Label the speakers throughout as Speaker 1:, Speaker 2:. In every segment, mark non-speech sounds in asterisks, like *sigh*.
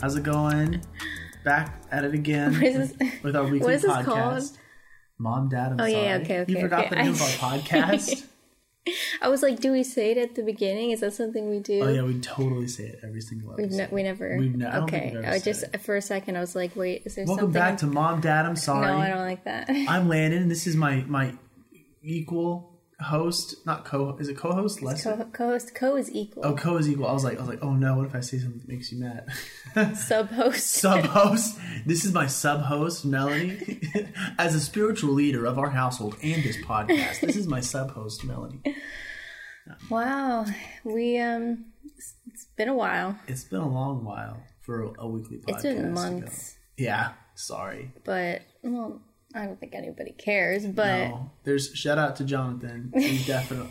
Speaker 1: How's it going? Back at it again
Speaker 2: What is this-
Speaker 1: with our weekly
Speaker 2: what is this
Speaker 1: podcast.
Speaker 2: called?
Speaker 1: Mom, Dad, I'm
Speaker 2: Oh,
Speaker 1: sorry.
Speaker 2: yeah, okay, okay,
Speaker 1: You forgot
Speaker 2: okay.
Speaker 1: the name
Speaker 2: I-
Speaker 1: of
Speaker 2: *laughs*
Speaker 1: our podcast.
Speaker 2: I was like, do we say it at the beginning? Is that something we do?
Speaker 1: oh yeah, we totally say it every single episode.
Speaker 2: We've ne- we never.
Speaker 1: We've ne- I don't think
Speaker 2: okay.
Speaker 1: we've ever
Speaker 2: I
Speaker 1: said
Speaker 2: just for a second I was like, wait, is there
Speaker 1: Welcome
Speaker 2: something?
Speaker 1: back to Mom, Dad, I'm
Speaker 2: no,
Speaker 1: sorry.
Speaker 2: I don't like that.
Speaker 1: I'm Landon. This is my my equal host, not co. Is it co-host? Less.
Speaker 2: *laughs* Co- co-host co is equal.
Speaker 1: oh, co is equal. I was like, I was like, oh no, what if I say something that makes you mad? *laughs*
Speaker 2: Sub-host.
Speaker 1: sub host. This is my sub host, Melanie. *laughs* As a spiritual leader of our household and this podcast, this is my sub host, Melanie.
Speaker 2: wow, we um, it's, it's been a while.
Speaker 1: It's been a long while for a weekly podcast.
Speaker 2: It's been
Speaker 1: to go.
Speaker 2: months.
Speaker 1: Yeah, sorry.
Speaker 2: but well, I don't think anybody cares. But
Speaker 1: No, there's shout out to Jonathan. He
Speaker 2: *laughs*
Speaker 1: definitely.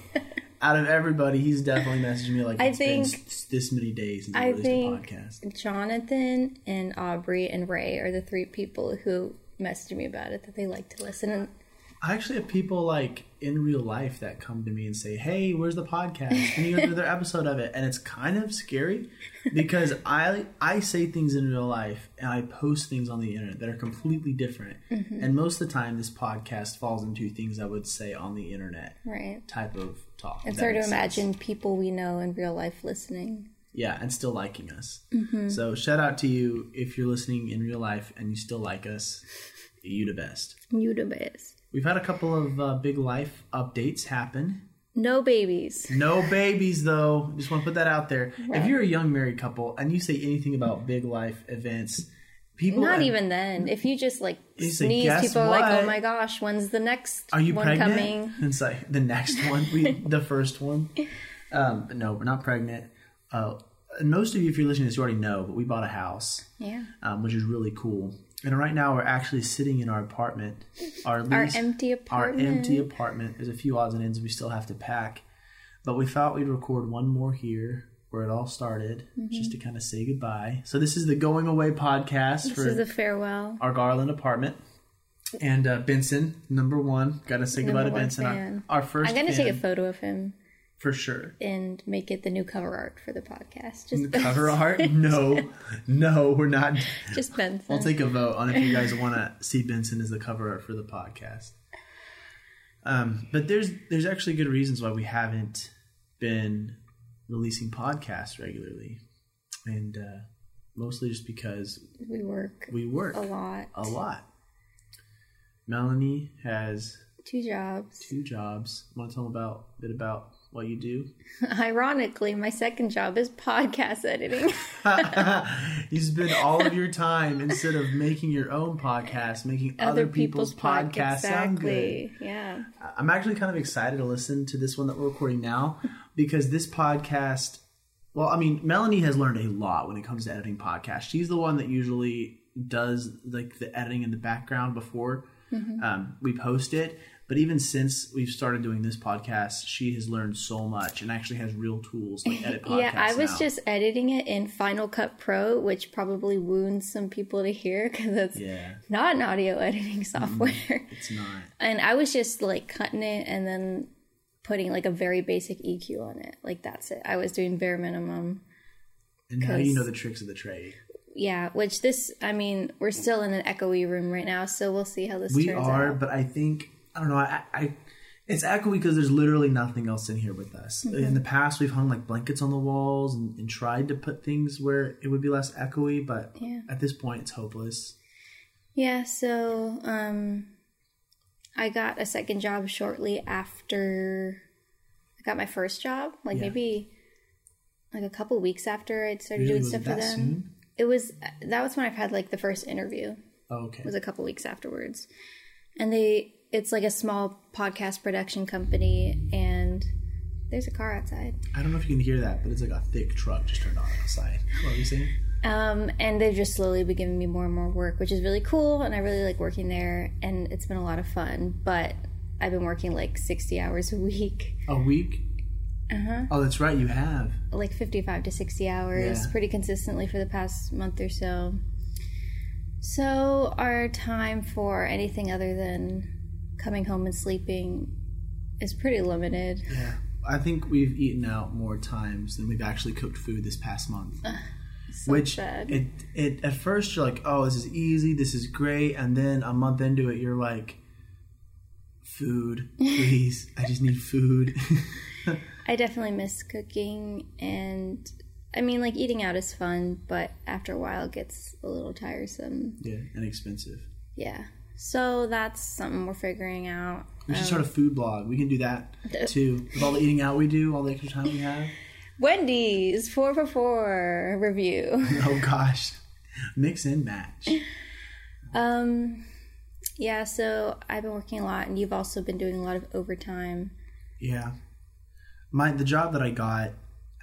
Speaker 1: Out of everybody, he's definitely messaging me like
Speaker 2: I
Speaker 1: it's been
Speaker 2: think-
Speaker 1: s- this many days since
Speaker 2: I
Speaker 1: I released
Speaker 2: think-
Speaker 1: a podcast.
Speaker 2: Jonathan and Aubrey and Ray are the three people who messaged me about it that they like to listen. And
Speaker 1: I actually have people like in real life that come to me and say, "Hey, where's the podcast? Can you get
Speaker 2: *laughs*
Speaker 1: another episode of it?" And it's kind of scary because I I say things in real life and I post things on the internet that are completely different.
Speaker 2: Mm-hmm.
Speaker 1: And most of the time, this podcast falls into things I would say on the internet
Speaker 2: right,
Speaker 1: type of talk. if
Speaker 2: it's
Speaker 1: that
Speaker 2: hard to
Speaker 1: makes sense.
Speaker 2: imagine people we know in real life listening.
Speaker 1: Yeah, and still liking us.
Speaker 2: Mm-hmm.
Speaker 1: So shout out to you if you're listening in real life and you still like us. You the best.
Speaker 2: You the best.
Speaker 1: We've had a couple of uh, big life updates happen.
Speaker 2: No babies.
Speaker 1: No babies, though. Just want to put that out there. If you're a young married couple and you say anything about big life events, people
Speaker 2: Not
Speaker 1: are-
Speaker 2: even then. If you just like
Speaker 1: You say,
Speaker 2: sneeze,
Speaker 1: "Guess
Speaker 2: people are like,
Speaker 1: what?"
Speaker 2: "Oh my gosh, when's the next
Speaker 1: Are you
Speaker 2: one
Speaker 1: pregnant?
Speaker 2: coming?"
Speaker 1: *laughs* It's like the next one, we, the first one. Um, but no, we're not pregnant. Uh, and most of you, if you're listening to this, you already know, but we bought a house,
Speaker 2: Yeah,
Speaker 1: um, which is really cool. And right now, we're actually sitting in our apartment, our
Speaker 2: our
Speaker 1: lease-
Speaker 2: empty
Speaker 1: our
Speaker 2: apartment.
Speaker 1: empty apartment. There's a few odds and ends we still have to pack, but we thought we'd record one more here where it all started,
Speaker 2: Mm-hmm.
Speaker 1: just to kind of say goodbye. So this is the going away podcast
Speaker 2: This
Speaker 1: for
Speaker 2: is a farewell.
Speaker 1: our Garland apartment. And uh, Benson, number one, gotta say goodbye
Speaker 2: Number
Speaker 1: to
Speaker 2: one
Speaker 1: Benson. Our,
Speaker 2: fan.
Speaker 1: our first,
Speaker 2: I'm gonna
Speaker 1: fan,
Speaker 2: take a photo of him
Speaker 1: for sure.
Speaker 2: and make it the new cover art for the podcast. Just *laughs*
Speaker 1: The cover art? No, no, we're not.
Speaker 2: just Benson.
Speaker 1: I'll take a vote on if you guys want to see Benson as the cover art for the podcast. Um, but there's there's actually good reasons why we haven't been releasing podcasts regularly, and uh, mostly just because
Speaker 2: we work
Speaker 1: we work
Speaker 2: a lot.
Speaker 1: a lot. Melanie has
Speaker 2: Two jobs. *laughs*
Speaker 1: two jobs. Want to tell them about a bit about what you do? *laughs*
Speaker 2: Ironically, my second job is podcast editing.
Speaker 1: you spend all of your time instead of making your own podcast, making *laughs* other, people's,
Speaker 2: pod-
Speaker 1: podcasts sound good.
Speaker 2: Exactly. Yeah.
Speaker 1: I'm actually kind of excited to listen to this one that we're recording now *laughs* because this podcast, well, I mean, Melanie has learned a lot when it comes to editing podcasts. She's the one that usually does like the editing in the background before
Speaker 2: Mm-hmm.
Speaker 1: um, we post it. But even since we've started doing this podcast, she has learned so much and actually has real tools like edit podcasts.
Speaker 2: *laughs* Yeah, I was
Speaker 1: now.
Speaker 2: just editing it in Final Cut Pro, which probably wounds some people to hear *laughs* because that's
Speaker 1: yeah, Mm-hmm.
Speaker 2: not an audio editing *laughs* software.
Speaker 1: it's not.
Speaker 2: And I was just like cutting it and then putting like a very basic EQ on it. Like that's it. I was doing bare minimum.
Speaker 1: And now you
Speaker 2: Because-
Speaker 1: know the tricks of the trade.
Speaker 2: Yeah, which this, I mean, we're still in an echoey room right now, so we'll see how this
Speaker 1: We
Speaker 2: turns
Speaker 1: are,
Speaker 2: out.
Speaker 1: but I think I don't know. I, I it's echoey because there's literally nothing else in here with us.
Speaker 2: Mm-hmm.
Speaker 1: In the past, we've hung like blankets on the walls and, and tried to put things where it would be less echoey, but
Speaker 2: Yeah.
Speaker 1: at this point, it's hopeless.
Speaker 2: Yeah, so um, I got a second job shortly after I got my first job, like
Speaker 1: Yeah.
Speaker 2: maybe like a couple weeks after I'd started
Speaker 1: Really,
Speaker 2: doing
Speaker 1: was
Speaker 2: stuff
Speaker 1: it
Speaker 2: for
Speaker 1: that
Speaker 2: them.
Speaker 1: soon?
Speaker 2: It was that was when I've had like the first interview.
Speaker 1: Oh, okay.
Speaker 2: was a couple weeks afterwards. And they it's like a small podcast production company and there's a car outside.
Speaker 1: I don't know if you can hear that, but it's like a thick truck just turned on outside. What were you saying?
Speaker 2: Um, and they've just slowly been giving me more and more work, which is really cool and I really like working there and it's been a lot of fun, but I've been working like 60 hours a week, *laughs*
Speaker 1: A week. Uh-huh. Oh, that's right. You have.
Speaker 2: like 55 to 60 hours
Speaker 1: Yeah.
Speaker 2: pretty consistently for the past month or so. So, our time for anything other than coming home and sleeping is pretty limited.
Speaker 1: Yeah. I think we've eaten out more times than we've actually cooked food this past month.
Speaker 2: So
Speaker 1: which
Speaker 2: sad.
Speaker 1: it it at first you're like, oh, this is easy, this is great, and then a month into it, you're like, food, please, I just need food. *laughs*
Speaker 2: I definitely miss cooking, and I mean, like eating out is fun, but after a while, it gets a little tiresome.
Speaker 1: yeah, and expensive.
Speaker 2: Yeah. So that's something we're figuring out.
Speaker 1: We should start a food blog. We can do that too. With all the eating out we do, all the extra time we have.
Speaker 2: Wendy's four for four review. *laughs*
Speaker 1: Oh gosh, mix and match.
Speaker 2: Um, yeah. So I've been working a lot, and you've also been doing a lot of overtime.
Speaker 1: Yeah. My the job that I got,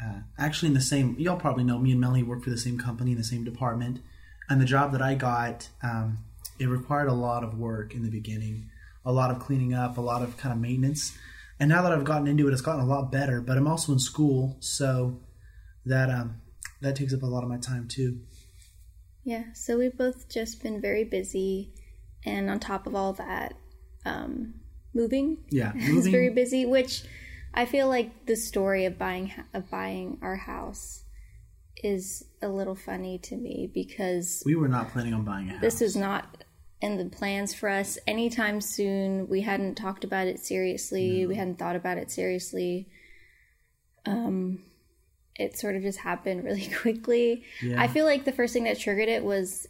Speaker 1: uh, actually in the same. Y'all probably know me and Melanie work for the same company in the same department, and the job that I got, um, it required a lot of work in the beginning, a lot of cleaning up, a lot of kind of maintenance. And now that I've gotten into it, it's gotten a lot better. But I'm also in school, so that um, that takes up a lot of my time too.
Speaker 2: Yeah, so we've both just been very busy, and on top of all that, um, moving *laughs*
Speaker 1: Yeah,
Speaker 2: is
Speaker 1: moving.
Speaker 2: very busy. Which I feel like the story of buying of buying our house is a little funny to me because
Speaker 1: we were not planning on buying a house.
Speaker 2: this was not in the plans for us anytime soon. We hadn't talked about it seriously. We hadn't thought about it seriously. Um, it sort of just happened really *laughs* quickly.
Speaker 1: Yeah.
Speaker 2: I feel like the first thing that triggered it was,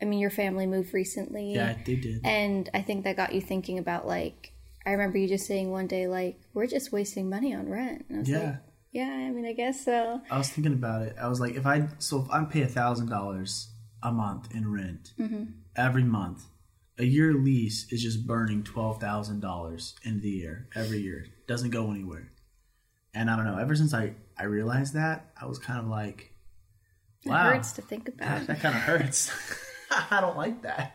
Speaker 2: I mean, your family moved recently,
Speaker 1: yeah, they did.
Speaker 2: and I think that got you thinking about like. I remember you just saying one day, like, we're just wasting money on rent. And I was
Speaker 1: Yeah.
Speaker 2: like, yeah, I mean, I guess so.
Speaker 1: I was thinking about it. I was like, if I so if I pay a thousand dollars a month in rent
Speaker 2: Mm-hmm.
Speaker 1: every month, a year lease is just burning twelve thousand dollars into the year every year. Doesn't go anywhere. And I don't know. Ever since I I realized that, I was kind of like,
Speaker 2: It
Speaker 1: wow,
Speaker 2: hurts to think about.
Speaker 1: that kind of hurts. *laughs* I don't like that.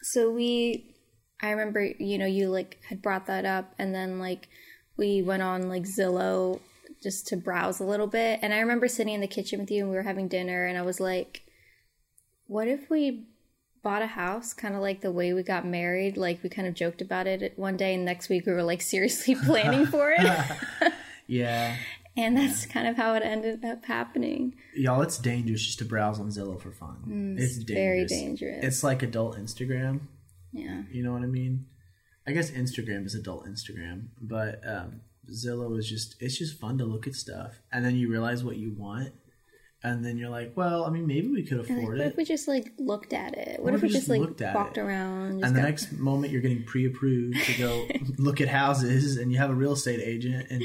Speaker 2: so we i remember you know you like had brought that up and then like we went on like zillow just to browse a little bit and i remember sitting in the kitchen with you and we were having dinner and i was like what if we bought a house kind of like the way we got married like we kind of joked about it one day and next week we were like seriously *laughs* planning for
Speaker 1: *laughs*
Speaker 2: it
Speaker 1: Yeah,
Speaker 2: and that's kind of how it ended up happening
Speaker 1: y'all, it's dangerous just to browse on Zillow for fun. it's
Speaker 2: Mm, very
Speaker 1: dangerous.
Speaker 2: dangerous.
Speaker 1: It's like adult Instagram.
Speaker 2: yeah
Speaker 1: You know what I mean? I guess Instagram is adult Instagram, but um, Zillow is just it's just fun to look at stuff, and then you realize what you want, and then you're like, well, I mean, maybe we could
Speaker 2: And, like,
Speaker 1: afford
Speaker 2: what
Speaker 1: it.
Speaker 2: if we just like looked at it what, if we just,
Speaker 1: looked at
Speaker 2: like walked
Speaker 1: it?
Speaker 2: around just
Speaker 1: And the
Speaker 2: got-
Speaker 1: next moment, you're getting pre-approved to
Speaker 2: *laughs*
Speaker 1: go look at houses, and you have a real estate agent. And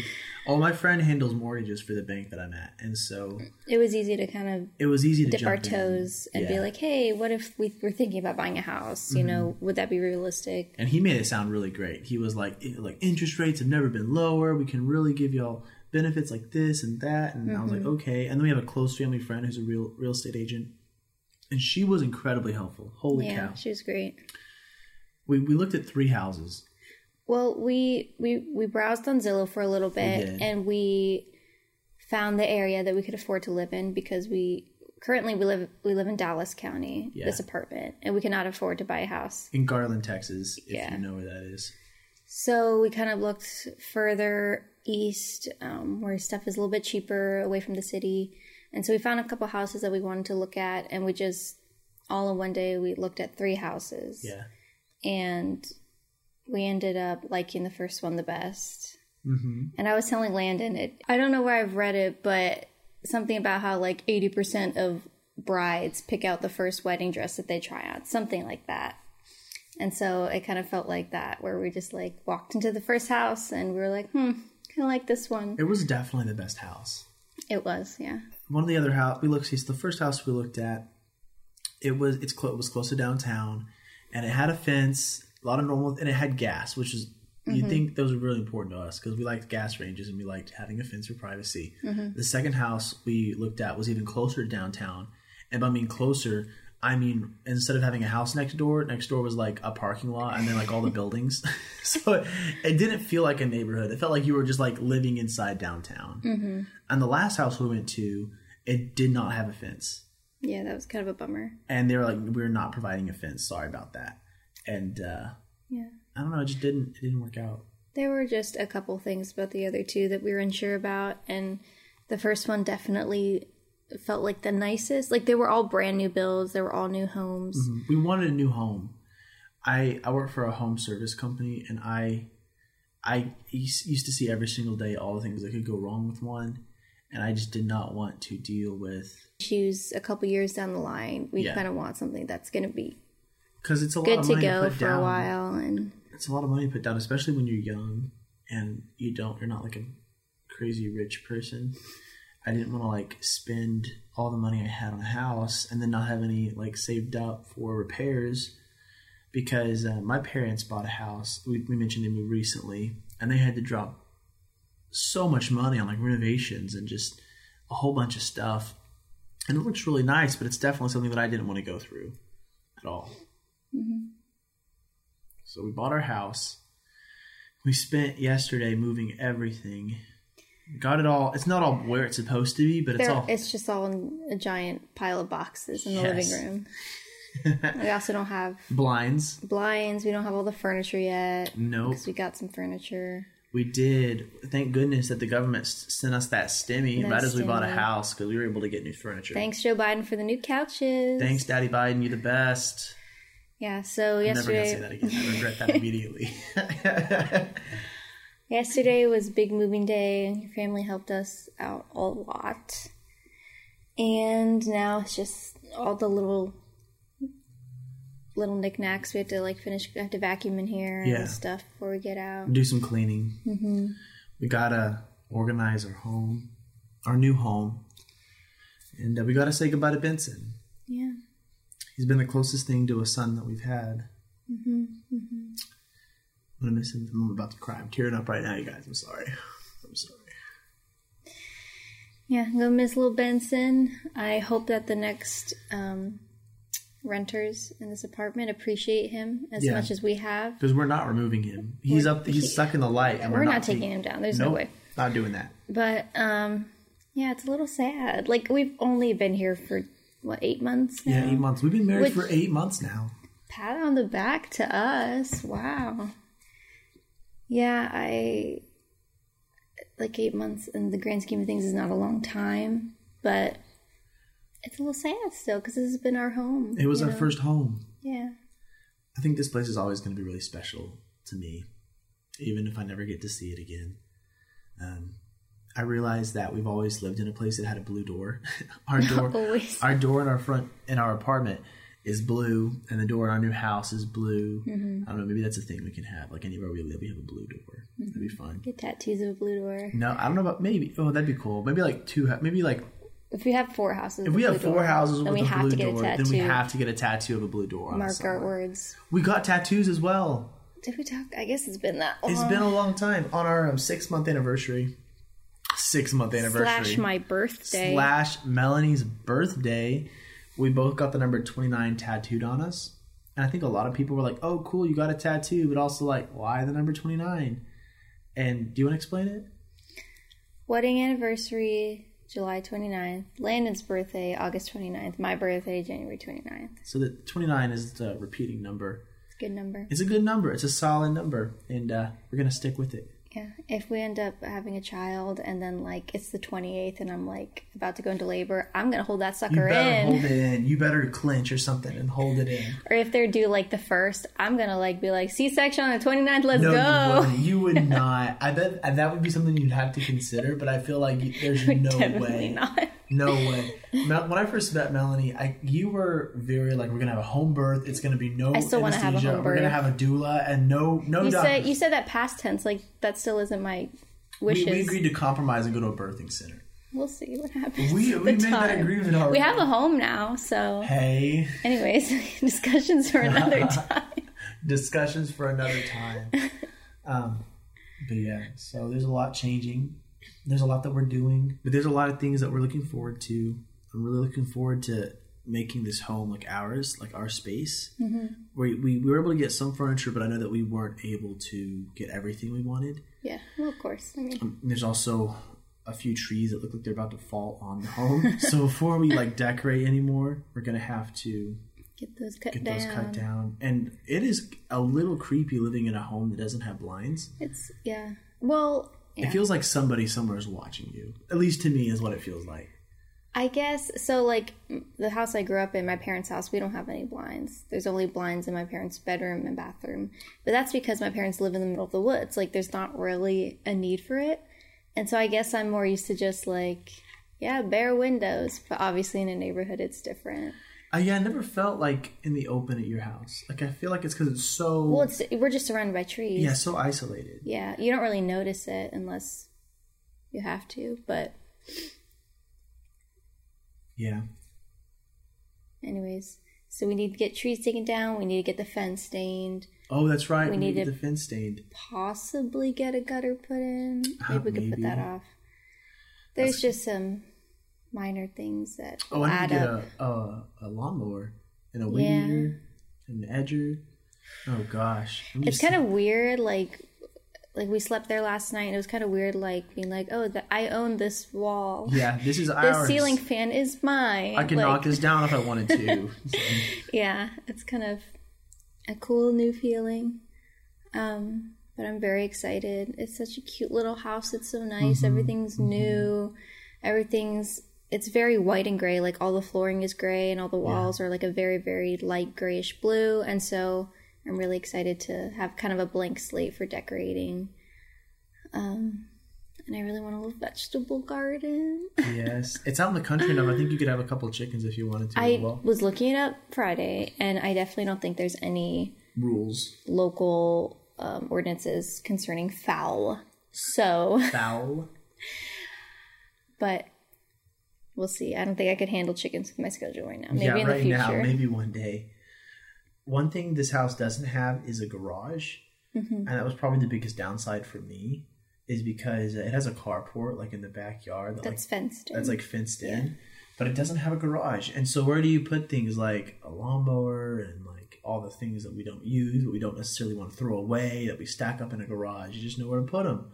Speaker 1: oh, my friend handles mortgages for the bank that I'm at, and so
Speaker 2: it was easy to kind of
Speaker 1: it was easy to
Speaker 2: dip
Speaker 1: jump
Speaker 2: our
Speaker 1: in.
Speaker 2: toes and be
Speaker 1: Yeah. Mm-hmm.
Speaker 2: like, hey, what if we were thinking about buying a house? You know, would that be realistic?
Speaker 1: and he made it sound really great. He was like, "I- like interest rates have never been lower. We can really give y'all benefits like this and that. And I was
Speaker 2: Mm-hmm.
Speaker 1: like, okay. And then we have a close family friend who's a real real estate agent, and she was incredibly helpful. Holy
Speaker 2: yeah,
Speaker 1: cow!
Speaker 2: she was great.
Speaker 1: We we looked at three houses.
Speaker 2: Well, we we we browsed on Zillow for a little bit
Speaker 1: did.
Speaker 2: and we found the area that we could afford to live in because we currently we live we live in Dallas County,
Speaker 1: Yeah.
Speaker 2: this apartment, and we cannot afford to buy a house.
Speaker 1: In Garland, Texas, if
Speaker 2: Yeah.
Speaker 1: you know where that is.
Speaker 2: So we kind of looked further east um, where stuff is a little bit cheaper away from the city. And so we found a couple houses that we wanted to look at, and we just all in one day we looked at three houses.
Speaker 1: Yeah.
Speaker 2: And we ended up liking the first one the best.
Speaker 1: hmm
Speaker 2: And I was telling Landon it. I don't know where I've read it, but something about how like 80% of brides pick out the first wedding dress that they try on, something like that. And so it kind of felt like that, where we just like walked into the first house and we were like, hmm, kind of like this one.
Speaker 1: It was definitely the best house.
Speaker 2: It was, yeah.
Speaker 1: one of the other house we looked see it's the first house we looked at it was it's clo- it was close to downtown and it had a fence a lot of normal and it had gas which is you'd think those were really important to us because we liked gas ranges and we liked having a fence for privacy the second house we looked at was even closer to downtown and by mean closer i mean instead of having a house next door next door was like a parking lot and then like all the buildings *laughs* so it, it didn't feel like a neighborhood it felt like you were just like living inside downtown and the last house we went to, it did not have a fence.
Speaker 2: Yeah, that was kind of a bummer.
Speaker 1: And they were like, we're not providing a fence. Sorry about that. And uh,
Speaker 2: Yeah.
Speaker 1: I don't know. It just didn't. It didn't work out.
Speaker 2: There were just a couple things about the other two that we were unsure about, and the first one definitely felt like the nicest. Like they were all brand new builds. They were all new homes.
Speaker 1: We wanted a new home. I I work for a home service company, and I I used used to see every single day all the things that could go wrong with one, and I just did not want to deal with
Speaker 2: Choose a couple years down the line. We
Speaker 1: Mm-hmm. Yeah.
Speaker 2: kind of want something that's going to be
Speaker 1: because it's a lot
Speaker 2: good
Speaker 1: of
Speaker 2: to
Speaker 1: money
Speaker 2: go
Speaker 1: to put
Speaker 2: for
Speaker 1: down.
Speaker 2: a while. And
Speaker 1: It's a lot of money to put down, especially when you're young and you don't you're not like a crazy rich person. I didn't want to like spend all the money I had on a house and then not have any like saved up for repairs because uh, my parents bought a house. We, we mentioned they moved recently and they had to drop so much money on like renovations and just a whole bunch of stuff. And it looks really nice, but it's definitely something that I didn't want to go through at all. So we bought our house. We spent yesterday moving everything. Got it all. It's not all where it's supposed to be, but it's
Speaker 2: there-
Speaker 1: all.
Speaker 2: it's just all in a giant pile of boxes in the
Speaker 1: Yes. *laughs*
Speaker 2: living room. we also don't have
Speaker 1: blinds.
Speaker 2: blinds. We don't have all the furniture yet.
Speaker 1: Nope.
Speaker 2: Because we got some furniture.
Speaker 1: We did. Thank goodness that the government s- sent us that stimmy
Speaker 2: That
Speaker 1: right as we bought a
Speaker 2: stimmy.
Speaker 1: house because we were able to get new furniture.
Speaker 2: Thanks, Joe Biden, for the new couches.
Speaker 1: Thanks, Daddy Biden. You're the best.
Speaker 2: Yeah. So
Speaker 1: I'm never gonna say that
Speaker 2: yesterday,
Speaker 1: again. I regret that immediately. *laughs*
Speaker 2: yesterday was big moving day, and your family helped us out a lot. And now it's just all the little little knickknacks we have to like finish. We have to vacuum in here
Speaker 1: Yeah.
Speaker 2: and stuff before we get out.
Speaker 1: do some cleaning.
Speaker 2: Mm-hmm.
Speaker 1: We gotta organize our home, our new home, and uh, we gotta say goodbye to Benson.
Speaker 2: Yeah.
Speaker 1: He's been the closest thing to a son that we've had.
Speaker 2: Mm-hmm.
Speaker 1: I'm gonna miss him. I'm about to cry. I'm tearing up right now, you guys. I'm sorry. I'm sorry.
Speaker 2: Yeah, I'm gonna miss Lil Benson. I hope that the next um, renters in this apartment appreciate him as
Speaker 1: Yeah.
Speaker 2: much as we have.
Speaker 1: Because we're not removing him. He's up. He's stuck in the light, and we're,
Speaker 2: We're
Speaker 1: not,
Speaker 2: not taking
Speaker 1: taking-
Speaker 2: him down. There's no
Speaker 1: Nope,
Speaker 2: way.
Speaker 1: Not doing that.
Speaker 2: But um, yeah, it's a little sad. Like we've only been here for what eight months now.
Speaker 1: Yeah, eight months. We've been married
Speaker 2: Which-
Speaker 1: for eight months now.
Speaker 2: Pat on the back to us. Wow. Yeah, I like eight months in the grand scheme of things is not a long time, but it's a little sad still because this has been our home.
Speaker 1: It was
Speaker 2: you
Speaker 1: our
Speaker 2: know?
Speaker 1: first home.
Speaker 2: Yeah.
Speaker 1: I think this place is always going to be really special to me, even if I never get to see it again. Um, I realize that we've always lived in a place that had a blue door. *laughs* our door,
Speaker 2: Always.
Speaker 1: our door in our front in our apartment is blue, and the door in our new house is blue.
Speaker 2: Mm-hmm.
Speaker 1: I don't know. Maybe that's a thing we can have. Like anywhere we live, we have a blue door. That'd be
Speaker 2: Mm-hmm.
Speaker 1: fun.
Speaker 2: Get tattoos of a blue door.
Speaker 1: No, I don't know about maybe. Oh, that'd be cool. Maybe like two. hou- Maybe like
Speaker 2: If we have four houses,
Speaker 1: if we have four houses with
Speaker 2: then we
Speaker 1: a
Speaker 2: have
Speaker 1: blue
Speaker 2: to get
Speaker 1: door,
Speaker 2: a tattoo.
Speaker 1: then we have to get a tattoo of a blue door. On us
Speaker 2: mark our
Speaker 1: somewhere.
Speaker 2: words.
Speaker 1: We got tattoos as well.
Speaker 2: Did we talk? I guess it's been that long.
Speaker 1: It's been a long time on our um, six month anniversary. Six month anniversary
Speaker 2: slash my birthday.
Speaker 1: slash Melanie's birthday. We both got the number twenty nine tattooed on us, and I think a lot of people were like, "Oh, cool, you got a tattoo," but also like, "Why the number 29? And do you want to explain it?
Speaker 2: Wedding anniversary, July 29th. Landon's birthday, August 29th. My birthday, January 29th.
Speaker 1: So that twenty nine is the repeating number.
Speaker 2: It's a good number.
Speaker 1: It's a good number. It's a solid number, and uh, we're gonna stick with it.
Speaker 2: Yeah. If we end up having a child and then, like, it's the 28th and I'm, like, about to go into labor, I'm going to hold that
Speaker 1: You
Speaker 2: sucker
Speaker 1: better hold
Speaker 2: in.
Speaker 1: it
Speaker 2: *laughs*
Speaker 1: in. You better clinch or something and hold it in.
Speaker 2: Or if they're due, like, the first, I'm going to, like, be like, C section on the 29th, let's
Speaker 1: No, you
Speaker 2: go.
Speaker 1: wouldn't.
Speaker 2: *laughs*
Speaker 1: You would not. I bet and that would be something you'd have to consider, but I feel like you-
Speaker 2: *laughs*
Speaker 1: there's no
Speaker 2: Definitely
Speaker 1: way.
Speaker 2: not.
Speaker 1: No way. Mel- when I first met Melanie, I, you were very like, we're going to have a home birth. It's going to be no
Speaker 2: I still wanna
Speaker 1: anesthesia.
Speaker 2: have a home
Speaker 1: We're going to
Speaker 2: birth."
Speaker 1: have a doula and no, no
Speaker 2: You
Speaker 1: doctors.
Speaker 2: said, you said that past tense. Like, that still isn't my
Speaker 1: we,
Speaker 2: wishes.
Speaker 1: we agreed to compromise and go to a birthing center.
Speaker 2: We'll see what happens.
Speaker 1: We-
Speaker 2: with
Speaker 1: we
Speaker 2: the
Speaker 1: made that
Speaker 2: time.
Speaker 1: agreement already.
Speaker 2: We have a home now, so.
Speaker 1: Hey,
Speaker 2: Anyways, *laughs* discussions for another
Speaker 1: *laughs*
Speaker 2: time.
Speaker 1: discussions for another time. um, but yeah, so there's a lot changing. There's a lot that we're doing, but there's a lot of things that we're looking forward to. I'm really looking forward to making this home like ours, like our space. We, we we were able to get some furniture, but I know that we weren't able to get everything we wanted. Um,
Speaker 2: Yeah, well, of course. I mean,
Speaker 1: There's also a few trees that look like they're about to fall on the home. so before we like decorate anymore, we're gonna have to
Speaker 2: get those cut
Speaker 1: get
Speaker 2: down.
Speaker 1: those cut down. And it is a little creepy living in a home that doesn't have blinds.
Speaker 2: It's yeah. Well, yeah.
Speaker 1: It feels like somebody somewhere is watching you. At least to me, is what it feels like.
Speaker 2: I guess so. Like m- the house I grew up in, my parents' house, we don't have any blinds. There's only blinds in my parents' bedroom and bathroom. But that's because my parents live in the middle of the woods. Like there's not really a need for it. And so I guess I'm more used to just like, yeah, bare windows. But obviously in a neighborhood, it's different.
Speaker 1: I, Uh, yeah, I never felt like in the open at your house. Like I feel like it's because it's so
Speaker 2: Well, it's we're just surrounded by trees.
Speaker 1: yeah, so isolated.
Speaker 2: Yeah, you don't really notice it unless you have to. But
Speaker 1: Yeah,
Speaker 2: anyways, so we need to get trees taken down. We need to get the fence stained.
Speaker 1: Oh, that's right.
Speaker 2: We
Speaker 1: We, need
Speaker 2: need
Speaker 1: to get the fence stained.
Speaker 2: possibly get a gutter put in.
Speaker 1: Ah,
Speaker 2: Maybe we could put
Speaker 1: maybe.
Speaker 2: that off. There's just some minor things that
Speaker 1: Oh,
Speaker 2: will
Speaker 1: I need
Speaker 2: add
Speaker 1: to get
Speaker 2: up.
Speaker 1: a, a a lawnmower and a weed
Speaker 2: Yeah.
Speaker 1: eater and an edger. Oh gosh, I'm
Speaker 2: It's
Speaker 1: just-
Speaker 2: kind of weird, like like we slept there last night and it was kind of weird like being like, "Oh, that I own this wall.
Speaker 1: yeah. This is
Speaker 2: This
Speaker 1: ours.
Speaker 2: ceiling fan is mine."
Speaker 1: I can
Speaker 2: like,
Speaker 1: knock this down if I wanted
Speaker 2: *laughs*
Speaker 1: to.
Speaker 2: Yeah, it's kind of a cool new feeling. Um, but I'm very excited. It's such a cute little house. It's so nice. Everything's new. Everything's it's very white and gray. Like all the flooring is gray and all the walls are like a very very light grayish blue. And so I'm really excited to have kind of a blank slate for decorating. Um, and I really want a little vegetable garden.
Speaker 1: yes, it's out in the country enough. I think you could have a couple chickens if you wanted to.
Speaker 2: I
Speaker 1: as well,
Speaker 2: was looking it up Friday, and I definitely don't think there's any
Speaker 1: rules
Speaker 2: local um, ordinances concerning fowl. So, *laughs*
Speaker 1: foul.
Speaker 2: but we'll see. I don't think I could handle chickens with my schedule right now. Maybe
Speaker 1: yeah,
Speaker 2: in
Speaker 1: right
Speaker 2: the future.
Speaker 1: now, maybe one day. One thing this house doesn't have is a garage,
Speaker 2: Mm-hmm.
Speaker 1: and that was probably the biggest downside for me. Is because it has a carport like in the backyard that like
Speaker 2: That's fenced. In.
Speaker 1: that's like fenced in, but it doesn't have a garage. And so where do you put things like a lawnmower and like all the things that we don't use, that we don't necessarily want to throw away, that we stack up in a garage? You just know where to put them.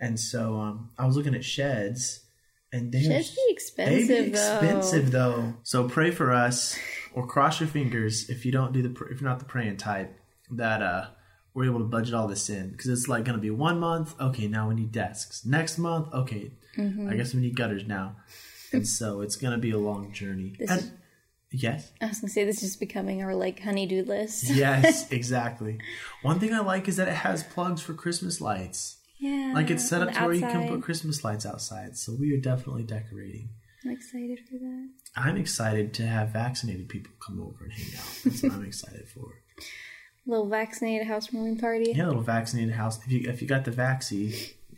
Speaker 1: And so um, I was looking at sheds, and they're
Speaker 2: Sheds be expensive,
Speaker 1: they be expensive though. So pray for us, or cross your fingers if you don't do the pr- if you're not the praying type that uh we're able to budget all this in because it's like going to be one month. Okay, now we need desks. Next month, okay,
Speaker 2: Mm-hmm.
Speaker 1: I guess we need gutters now, and so it's going to be a long journey.
Speaker 2: This
Speaker 1: And-
Speaker 2: is-
Speaker 1: yes,
Speaker 2: *laughs* though. I was gonna say this is becoming our like honeydew list.
Speaker 1: yes, exactly. One thing I like is that it has plugs for Christmas lights.
Speaker 2: *laughs* Yeah.
Speaker 1: Like it's set
Speaker 2: on
Speaker 1: up
Speaker 2: the
Speaker 1: to where you can
Speaker 2: outside.
Speaker 1: put Christmas lights outside. So we are definitely decorating.
Speaker 2: I'm excited for that.
Speaker 1: I'm excited to have vaccinated people come over and hang out. That's what I'm excited for.
Speaker 2: *laughs* Little vaccinated housewarming party.
Speaker 1: Yeah, a little vaccinated house. If you if you got the vaccine,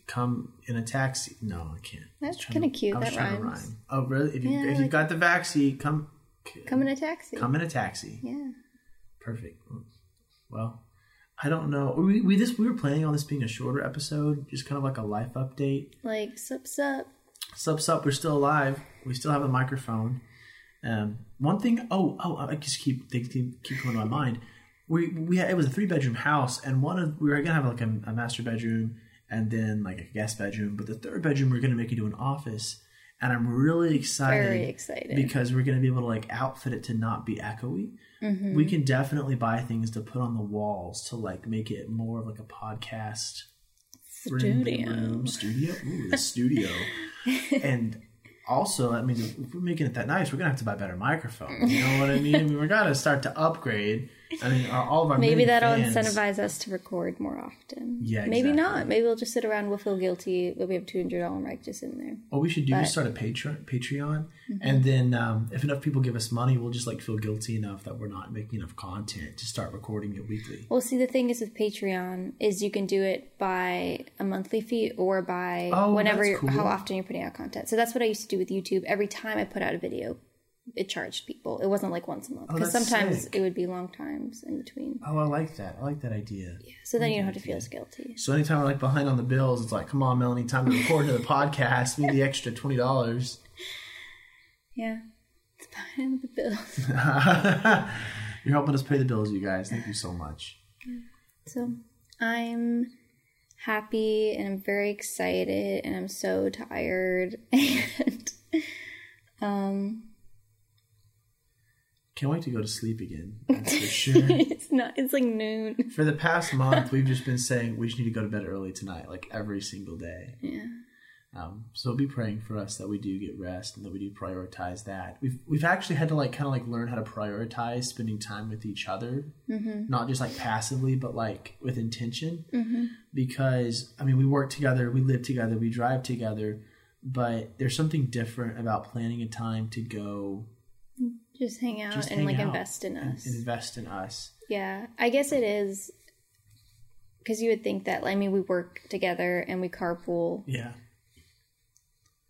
Speaker 1: come in a taxi. No, I can't. I was
Speaker 2: That's
Speaker 1: trying to-
Speaker 2: kinda cute.
Speaker 1: I was
Speaker 2: That
Speaker 1: trying
Speaker 2: rhymes.
Speaker 1: to rhyme. Oh, really? If you
Speaker 2: Yeah, I
Speaker 1: if you
Speaker 2: like
Speaker 1: got the vaccine, come
Speaker 2: Come in a taxi.
Speaker 1: come in a taxi.
Speaker 2: Yeah.
Speaker 1: Perfect. Well, I don't know. We, we this we were planning on this being a shorter episode, just kind of like a life update.
Speaker 2: Like sup sup.
Speaker 1: Sup sup, we're still alive. We still have a microphone. Um, one thing. Oh oh, I just keep things keep, keep coming to my mind. We we had, it was a three bedroom house, and one of we were gonna have like a, a master bedroom and then like a guest bedroom, but the third bedroom we are gonna make into an office. And I'm really excited,
Speaker 2: Very excited.
Speaker 1: because we're gonna be able to like outfit it to not be echoey.
Speaker 2: Mm-hmm.
Speaker 1: We can definitely buy things to put on the walls to like make it more of like a podcast friendly room studio. Ooh,
Speaker 2: *laughs*
Speaker 1: the studio. and also, I mean, if we're making it that nice, we're gonna have to buy better microphones. You know what I mean? I
Speaker 2: *laughs*
Speaker 1: mean, we gotta start to upgrade. I mean, our, all of our
Speaker 2: Maybe
Speaker 1: main
Speaker 2: that'll
Speaker 1: fans-
Speaker 2: incentivize us to record more often.
Speaker 1: Yeah,
Speaker 2: Maybe
Speaker 1: exactly.
Speaker 2: not. Maybe we'll just sit around. We'll feel guilty that we have two hundred dollar mic just in there.
Speaker 1: What we should do is start a Patreon, Patreon,
Speaker 2: Mm-hmm.
Speaker 1: and then um, if enough people give us money, we'll just like feel guilty enough that we're not making enough content to start recording it weekly.
Speaker 2: Well, see, the thing is with Patreon is you can do it by a monthly fee or by
Speaker 1: Oh,
Speaker 2: whenever
Speaker 1: that's
Speaker 2: you're,
Speaker 1: cool.
Speaker 2: how often you're putting out content. So that's what I used to do with YouTube. Every time I put out a video, it charged people. It wasn't like once a month because
Speaker 1: Oh, that's
Speaker 2: sometimes
Speaker 1: sick.
Speaker 2: it would be long times in between.
Speaker 1: Oh, I like that. I like that idea.
Speaker 2: So then you don't have to feel as guilty.
Speaker 1: So anytime we're like behind on the bills, it's like, come on, Melanie, time to record to the podcast. We need the extra twenty dollars.
Speaker 2: Yeah, it's behind the bills.
Speaker 1: You're helping us pay the bills, you guys. Thank you so much.
Speaker 2: So I'm happy and I'm very excited and I'm so tired *laughs* and um
Speaker 1: Can't wait to go to sleep again. That's for sure.
Speaker 2: it's not it's like noon.
Speaker 1: for the past month, we've just been saying we just need to go to bed early tonight, like every single day.
Speaker 2: Yeah.
Speaker 1: Um, so be praying for us that we do get rest and that we do prioritize that. We've we've actually had to like kind of like learn how to prioritize spending time with each other, mm-hmm. not just like passively, but like with intention. Mm-hmm. Because I mean, we work together, we live together, we drive together, but there's something different about planning a time to go
Speaker 2: Just hang out
Speaker 1: just
Speaker 2: and
Speaker 1: hang
Speaker 2: like
Speaker 1: out
Speaker 2: invest in
Speaker 1: and
Speaker 2: us.
Speaker 1: invest in us.
Speaker 2: Yeah, I guess it is because you would think that. I mean, we work together and we carpool,
Speaker 1: Yeah,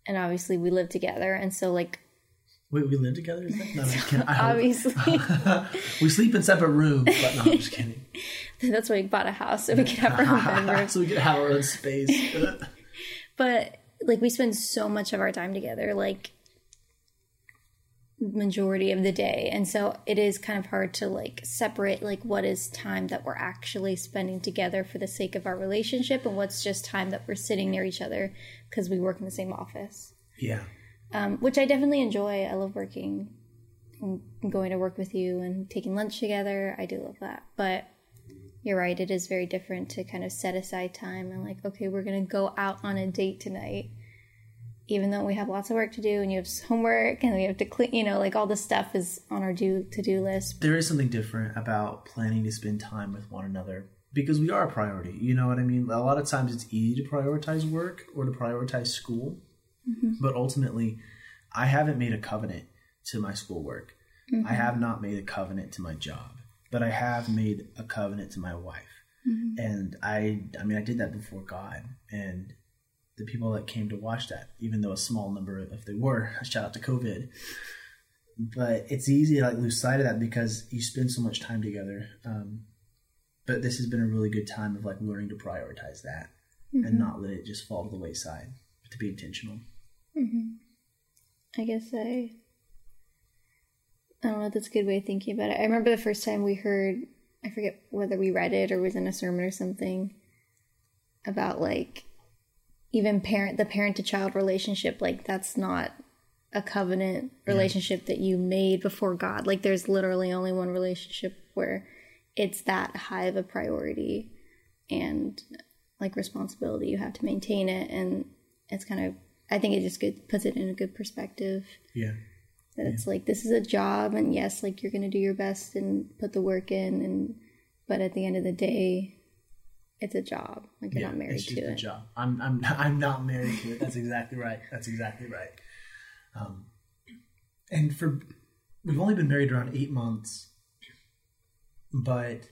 Speaker 2: and obviously we live together, and so like
Speaker 1: wait, we live together. Is that- No, I'm *laughs* just kidding. I hope-
Speaker 2: obviously *laughs*
Speaker 1: *laughs* we sleep in separate rooms, but no, I'm just kidding.
Speaker 2: that's why we bought a house so we could have
Speaker 1: *laughs*
Speaker 2: our own bedroom.
Speaker 1: so we could have our own space.
Speaker 2: But like we spend so much of our time together, like majority of the day, and so it is kind of hard to like separate like what is time that we're actually spending together for the sake of our relationship, and what's just time that we're sitting near each other because we work in the same office.
Speaker 1: yeah,
Speaker 2: um, which I definitely enjoy. I love working and going to work with you and taking lunch together. I do love that. But you're right, it is very different to kind of set aside time and, like, okay, we're going to go out on a date tonight, even though we have lots of work to do and you have homework and we have to clean, you know, like all this stuff is on our do to do list.
Speaker 1: there is something different about planning to spend time with one another because we are a priority. You know what I mean? A lot of times it's easy to prioritize work or to prioritize school, but ultimately, I haven't made a covenant to my schoolwork. I have not made a covenant to my job, but I have made a covenant to my wife. And I, I mean, I did that before God and the people that came to watch that, even though a small number if they were, *laughs* shout out to COVID. But it's easy to like lose sight of that because you spend so much time together. Um, but this has been a really good time of like learning to prioritize that and not let it just fall to the wayside, but to be intentional.
Speaker 2: I guess I. I don't know if that's a good way of thinking about it. I remember the first time we heard, I forget whether we read it or was in a sermon or something, about like even parent, the parent to child relationship, like that's not a covenant relationship that you made before God. Like there's literally only one relationship where it's that high of a priority and like responsibility. You have to maintain it. And it's kind of, I think it just good, puts it in a good perspective
Speaker 1: Yeah.
Speaker 2: that it's like this is a job and yes like you're going to do your best and put the work in and but at the end of the day it's a job like you're not married
Speaker 1: it's just
Speaker 2: to
Speaker 1: a
Speaker 2: it
Speaker 1: job. I'm, I'm, *laughs* I'm not married to it. That's exactly right. That's exactly right. Um, and for we've only been married around eight months, but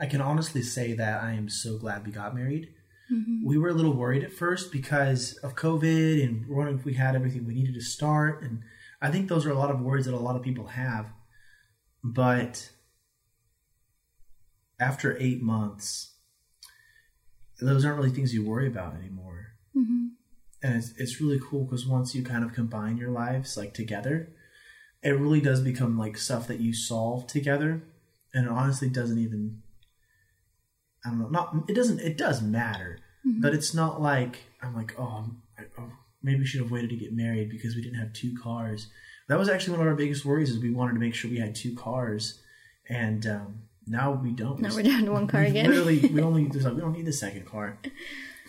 Speaker 1: I can honestly say that I am so glad we got married.
Speaker 2: Mm-hmm.
Speaker 1: We were a little worried at first because of COVID and wondering if we had everything we needed to start. And I think those are a lot of worries that a lot of people have. But after eight months, those aren't really things you worry about anymore.
Speaker 2: Mm-hmm.
Speaker 1: And it's, it's really cool because once you kind of combine your lives like together, it really does become like stuff that you solve together. And it honestly doesn't even, I don't know, not, it doesn't, it does matter,
Speaker 2: Mm-hmm.
Speaker 1: but it's not like, I'm like, oh, I'm, I, oh, maybe we should have waited to get married because we didn't have two cars. That was actually one of our biggest worries is we wanted to make sure we had two cars. And um, now we don't.
Speaker 2: now we're down to one car
Speaker 1: We *laughs*
Speaker 2: again
Speaker 1: Literally,
Speaker 2: *laughs*
Speaker 1: we only there's like we don't need the second car,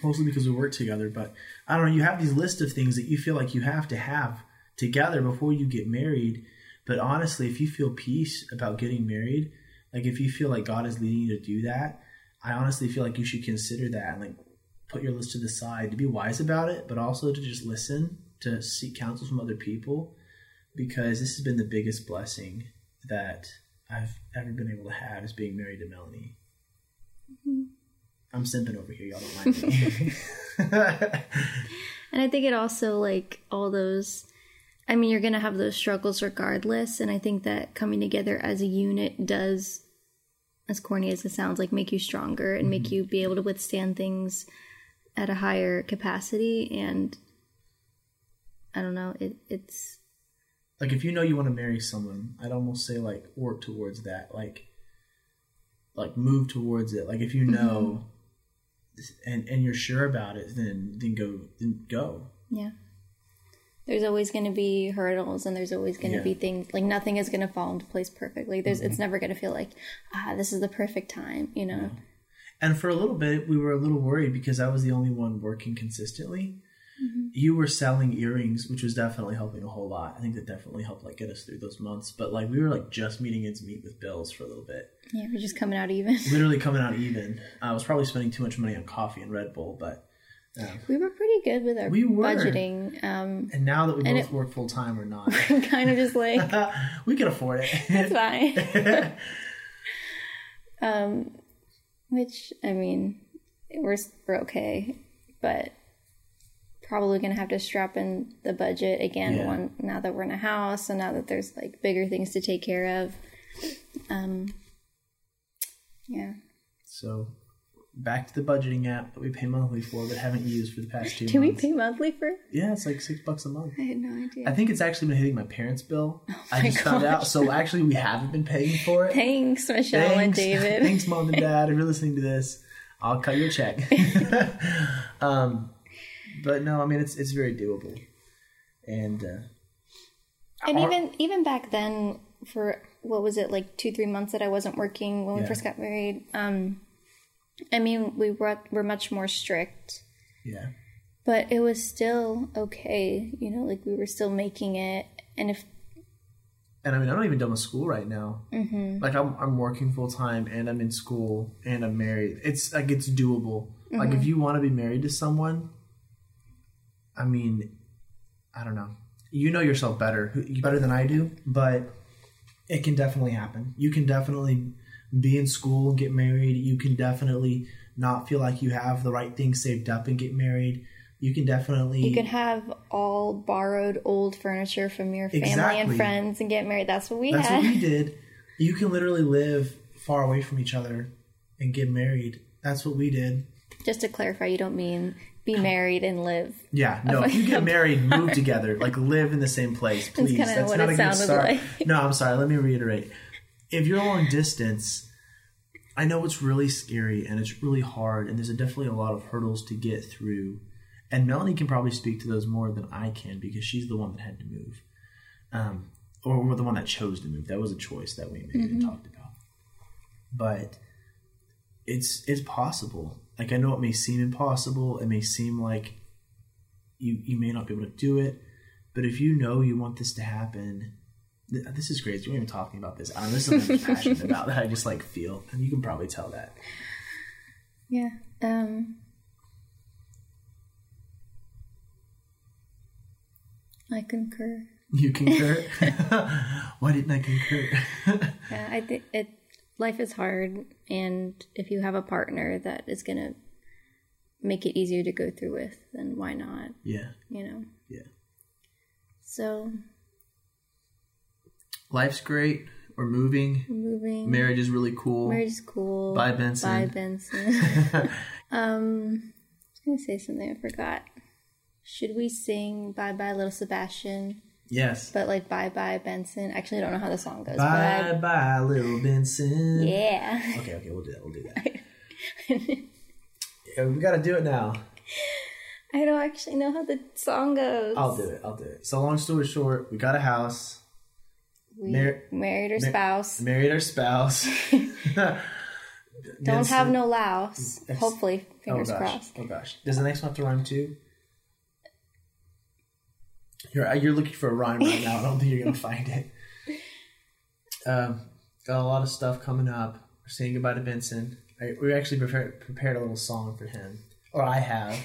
Speaker 1: mostly because we work together. But I don't know. You have these list of things that you feel like you have to have together before you get married. But honestly, if you feel peace about getting married, like if you feel like God is leading you to do that, I honestly feel like you should consider that and like put your list to the side to be wise about it, but also to just listen to seek counsel from other people because this has been the biggest blessing that I've ever been able to have is being married to Melanie. I'm simping over here. Y'all don't mind me.
Speaker 2: and i think it also like all those i mean you're going to have those struggles regardless and i think that coming together as a unit does as corny as it sounds like make you stronger and make you be able to withstand things at a higher capacity and i don't know it, it's
Speaker 1: *laughs* like, if you know you want to marry someone, I'd almost say like work towards that. Like, like move towards it. Like, if you know, and and you're sure about it, then then go then go.
Speaker 2: Yeah. There's always going to be hurdles and there's always going to
Speaker 1: Yeah.
Speaker 2: be things like nothing is going to fall into place perfectly. There's it's never going to feel like ah this is the perfect time, you know.
Speaker 1: And for a little bit, we were a little worried because I was the only one working consistently, you were selling earrings, which was definitely helping a whole lot. I think that definitely helped like get us through those months. But like we were like just meeting ends meet with bills for a little bit,
Speaker 2: Yeah, we're just coming out even.
Speaker 1: literally coming out even. I was probably spending too much money on coffee and Red Bull, but uh,
Speaker 2: We were pretty good with our
Speaker 1: We were.
Speaker 2: budgeting. Um, *laughs*
Speaker 1: and now that we
Speaker 2: And
Speaker 1: both
Speaker 2: it-
Speaker 1: work full time, we're not. *laughs*
Speaker 2: kind of just like
Speaker 1: we can afford it. *laughs*
Speaker 2: it's fine. um, which I mean, we're we're okay, but probably gonna have to strap in the budget again.
Speaker 1: Yeah.
Speaker 2: One now that we're in a house, and now that there's like bigger things to take care of. Um, yeah,
Speaker 1: so back to the budgeting app that we pay monthly for, but haven't used for the past two
Speaker 2: do we
Speaker 1: months.
Speaker 2: pay monthly for?
Speaker 1: yeah, it's like six bucks a month.
Speaker 2: I had no idea.
Speaker 1: I think it's actually been hitting my parents'
Speaker 2: *laughs*
Speaker 1: bill. I
Speaker 2: Oh my
Speaker 1: just found out.
Speaker 2: gosh.
Speaker 1: So actually, we haven't been paying for
Speaker 2: *laughs*
Speaker 1: it.
Speaker 2: Thanks, Michelle and David.
Speaker 1: Thanks, *laughs* mom and dad. If you're listening to this, I'll cut you a
Speaker 2: *laughs*
Speaker 1: check. *laughs* um, but no, I mean it's it's very doable, and uh,
Speaker 2: and
Speaker 1: Our-
Speaker 2: even even back then for what was it like two three months that i wasn't working when
Speaker 1: Yeah.
Speaker 2: we first got married um i mean we were, were much more strict
Speaker 1: yeah,
Speaker 2: but it was still okay you know like we were still making it and if
Speaker 1: and I mean I'm not even done with school right now. Mm-hmm. Like I'm I'm working full time and I'm in school and I'm married. It's like it's doable. Like if you want to be married to someone, I mean, I don't know. You know yourself better, who- you better than I do, but it can definitely happen. You can definitely be in school, get married. You can definitely not feel like you have the right things saved up and get married. You can definitely
Speaker 2: you could have all borrowed old furniture from your family
Speaker 1: Exactly.
Speaker 2: and friends and get married that's what we
Speaker 1: That's
Speaker 2: had
Speaker 1: what we *laughs* did. You can literally live far away from each other and get married. That's what we did.
Speaker 2: *laughs* just to clarify you don't mean be married and live
Speaker 1: Yeah, no. *laughs* If you get married, move together, like live in the same place, please.
Speaker 2: kinda
Speaker 1: That's
Speaker 2: what
Speaker 1: not
Speaker 2: it
Speaker 1: a good
Speaker 2: sounded
Speaker 1: start.
Speaker 2: like.
Speaker 1: *laughs* No, I'm sorry. Let me reiterate. If you're long distance, I know it's really scary and it's really hard, and there's definitely a lot of hurdles to get through. And Melanie can probably speak to those more than I can because she's the one that had to move, um, or, or the one that chose to move. That was a choice that we made
Speaker 2: Mm-hmm.
Speaker 1: and talked about. But it's it's possible. Like I know it may seem impossible. It may seem like you you may not be able to do it. But if you know you want this to happen, th- this is crazy. We're even talking about this. I don't know, this is something I'm passionate about that I just like feel, and you can probably tell that.
Speaker 2: yeah um i concur
Speaker 1: You concur? Why didn't I concur?
Speaker 2: Yeah, I think it. Life is hard, and if you have a partner that is gonna make it easier to go through with, then why not?
Speaker 1: yeah,
Speaker 2: You know.
Speaker 1: yeah.
Speaker 2: So
Speaker 1: Life's great. We're moving.
Speaker 2: moving,
Speaker 1: Marriage is really cool.
Speaker 2: marriage is cool.
Speaker 1: Bye, Benson.
Speaker 2: Bye,
Speaker 1: *laughs*
Speaker 2: Benson. um, I was gonna say something I forgot. Should we sing "Bye Bye Little Sebastian"?
Speaker 1: Yes.
Speaker 2: But like "Bye Bye Benson." Actually, I don't know how the song goes.
Speaker 1: Bye, bye, little Benson.
Speaker 2: But yeah. *laughs*
Speaker 1: Okay, okay, we'll do that. We'll do that. Yeah, we gotta do it now.
Speaker 2: I don't actually know how the song goes.
Speaker 1: I'll do it. I'll do it. So, long story short, we got a house.
Speaker 2: We
Speaker 1: Mar-
Speaker 2: married our
Speaker 1: mar-
Speaker 2: spouse.
Speaker 1: married our spouse.
Speaker 2: Don't have no louse. Hopefully,
Speaker 1: oh
Speaker 2: fingers
Speaker 1: gosh.
Speaker 2: crossed.
Speaker 1: Oh gosh. Does the next one have to rhyme too? You're uh, you're looking for a rhyme right now. I don't think you're gonna find
Speaker 2: *laughs*
Speaker 1: it. Um, got a lot of stuff coming up. We're saying goodbye to Benson. I, we actually prepared prepared a little song for him, or I have.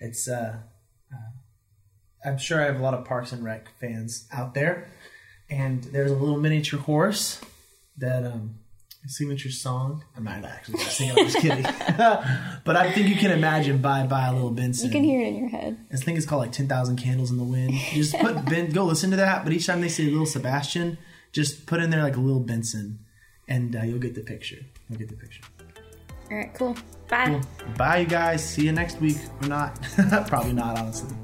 Speaker 1: It's uh, uh, I'm sure I have a lot of Parks and Rec fans out there, and there's a little miniature horse that um signature song. I'm not actually gonna sing it. I'm just kidding. *laughs* but I think you can imagine "Bye Bye Little Benson."
Speaker 2: You can hear it in your head.
Speaker 1: This thing is called like Ten Thousand Candles in the Wind. You just
Speaker 2: *laughs*
Speaker 1: put Ben. Go listen to that. But each time they say Little Sebastian, just put in there like Little Benson, and uh, you'll get the picture. You'll get the picture.
Speaker 2: All right, cool. Bye.
Speaker 1: Cool. Bye, you guys. See you next week or not? *laughs* Probably not, honestly.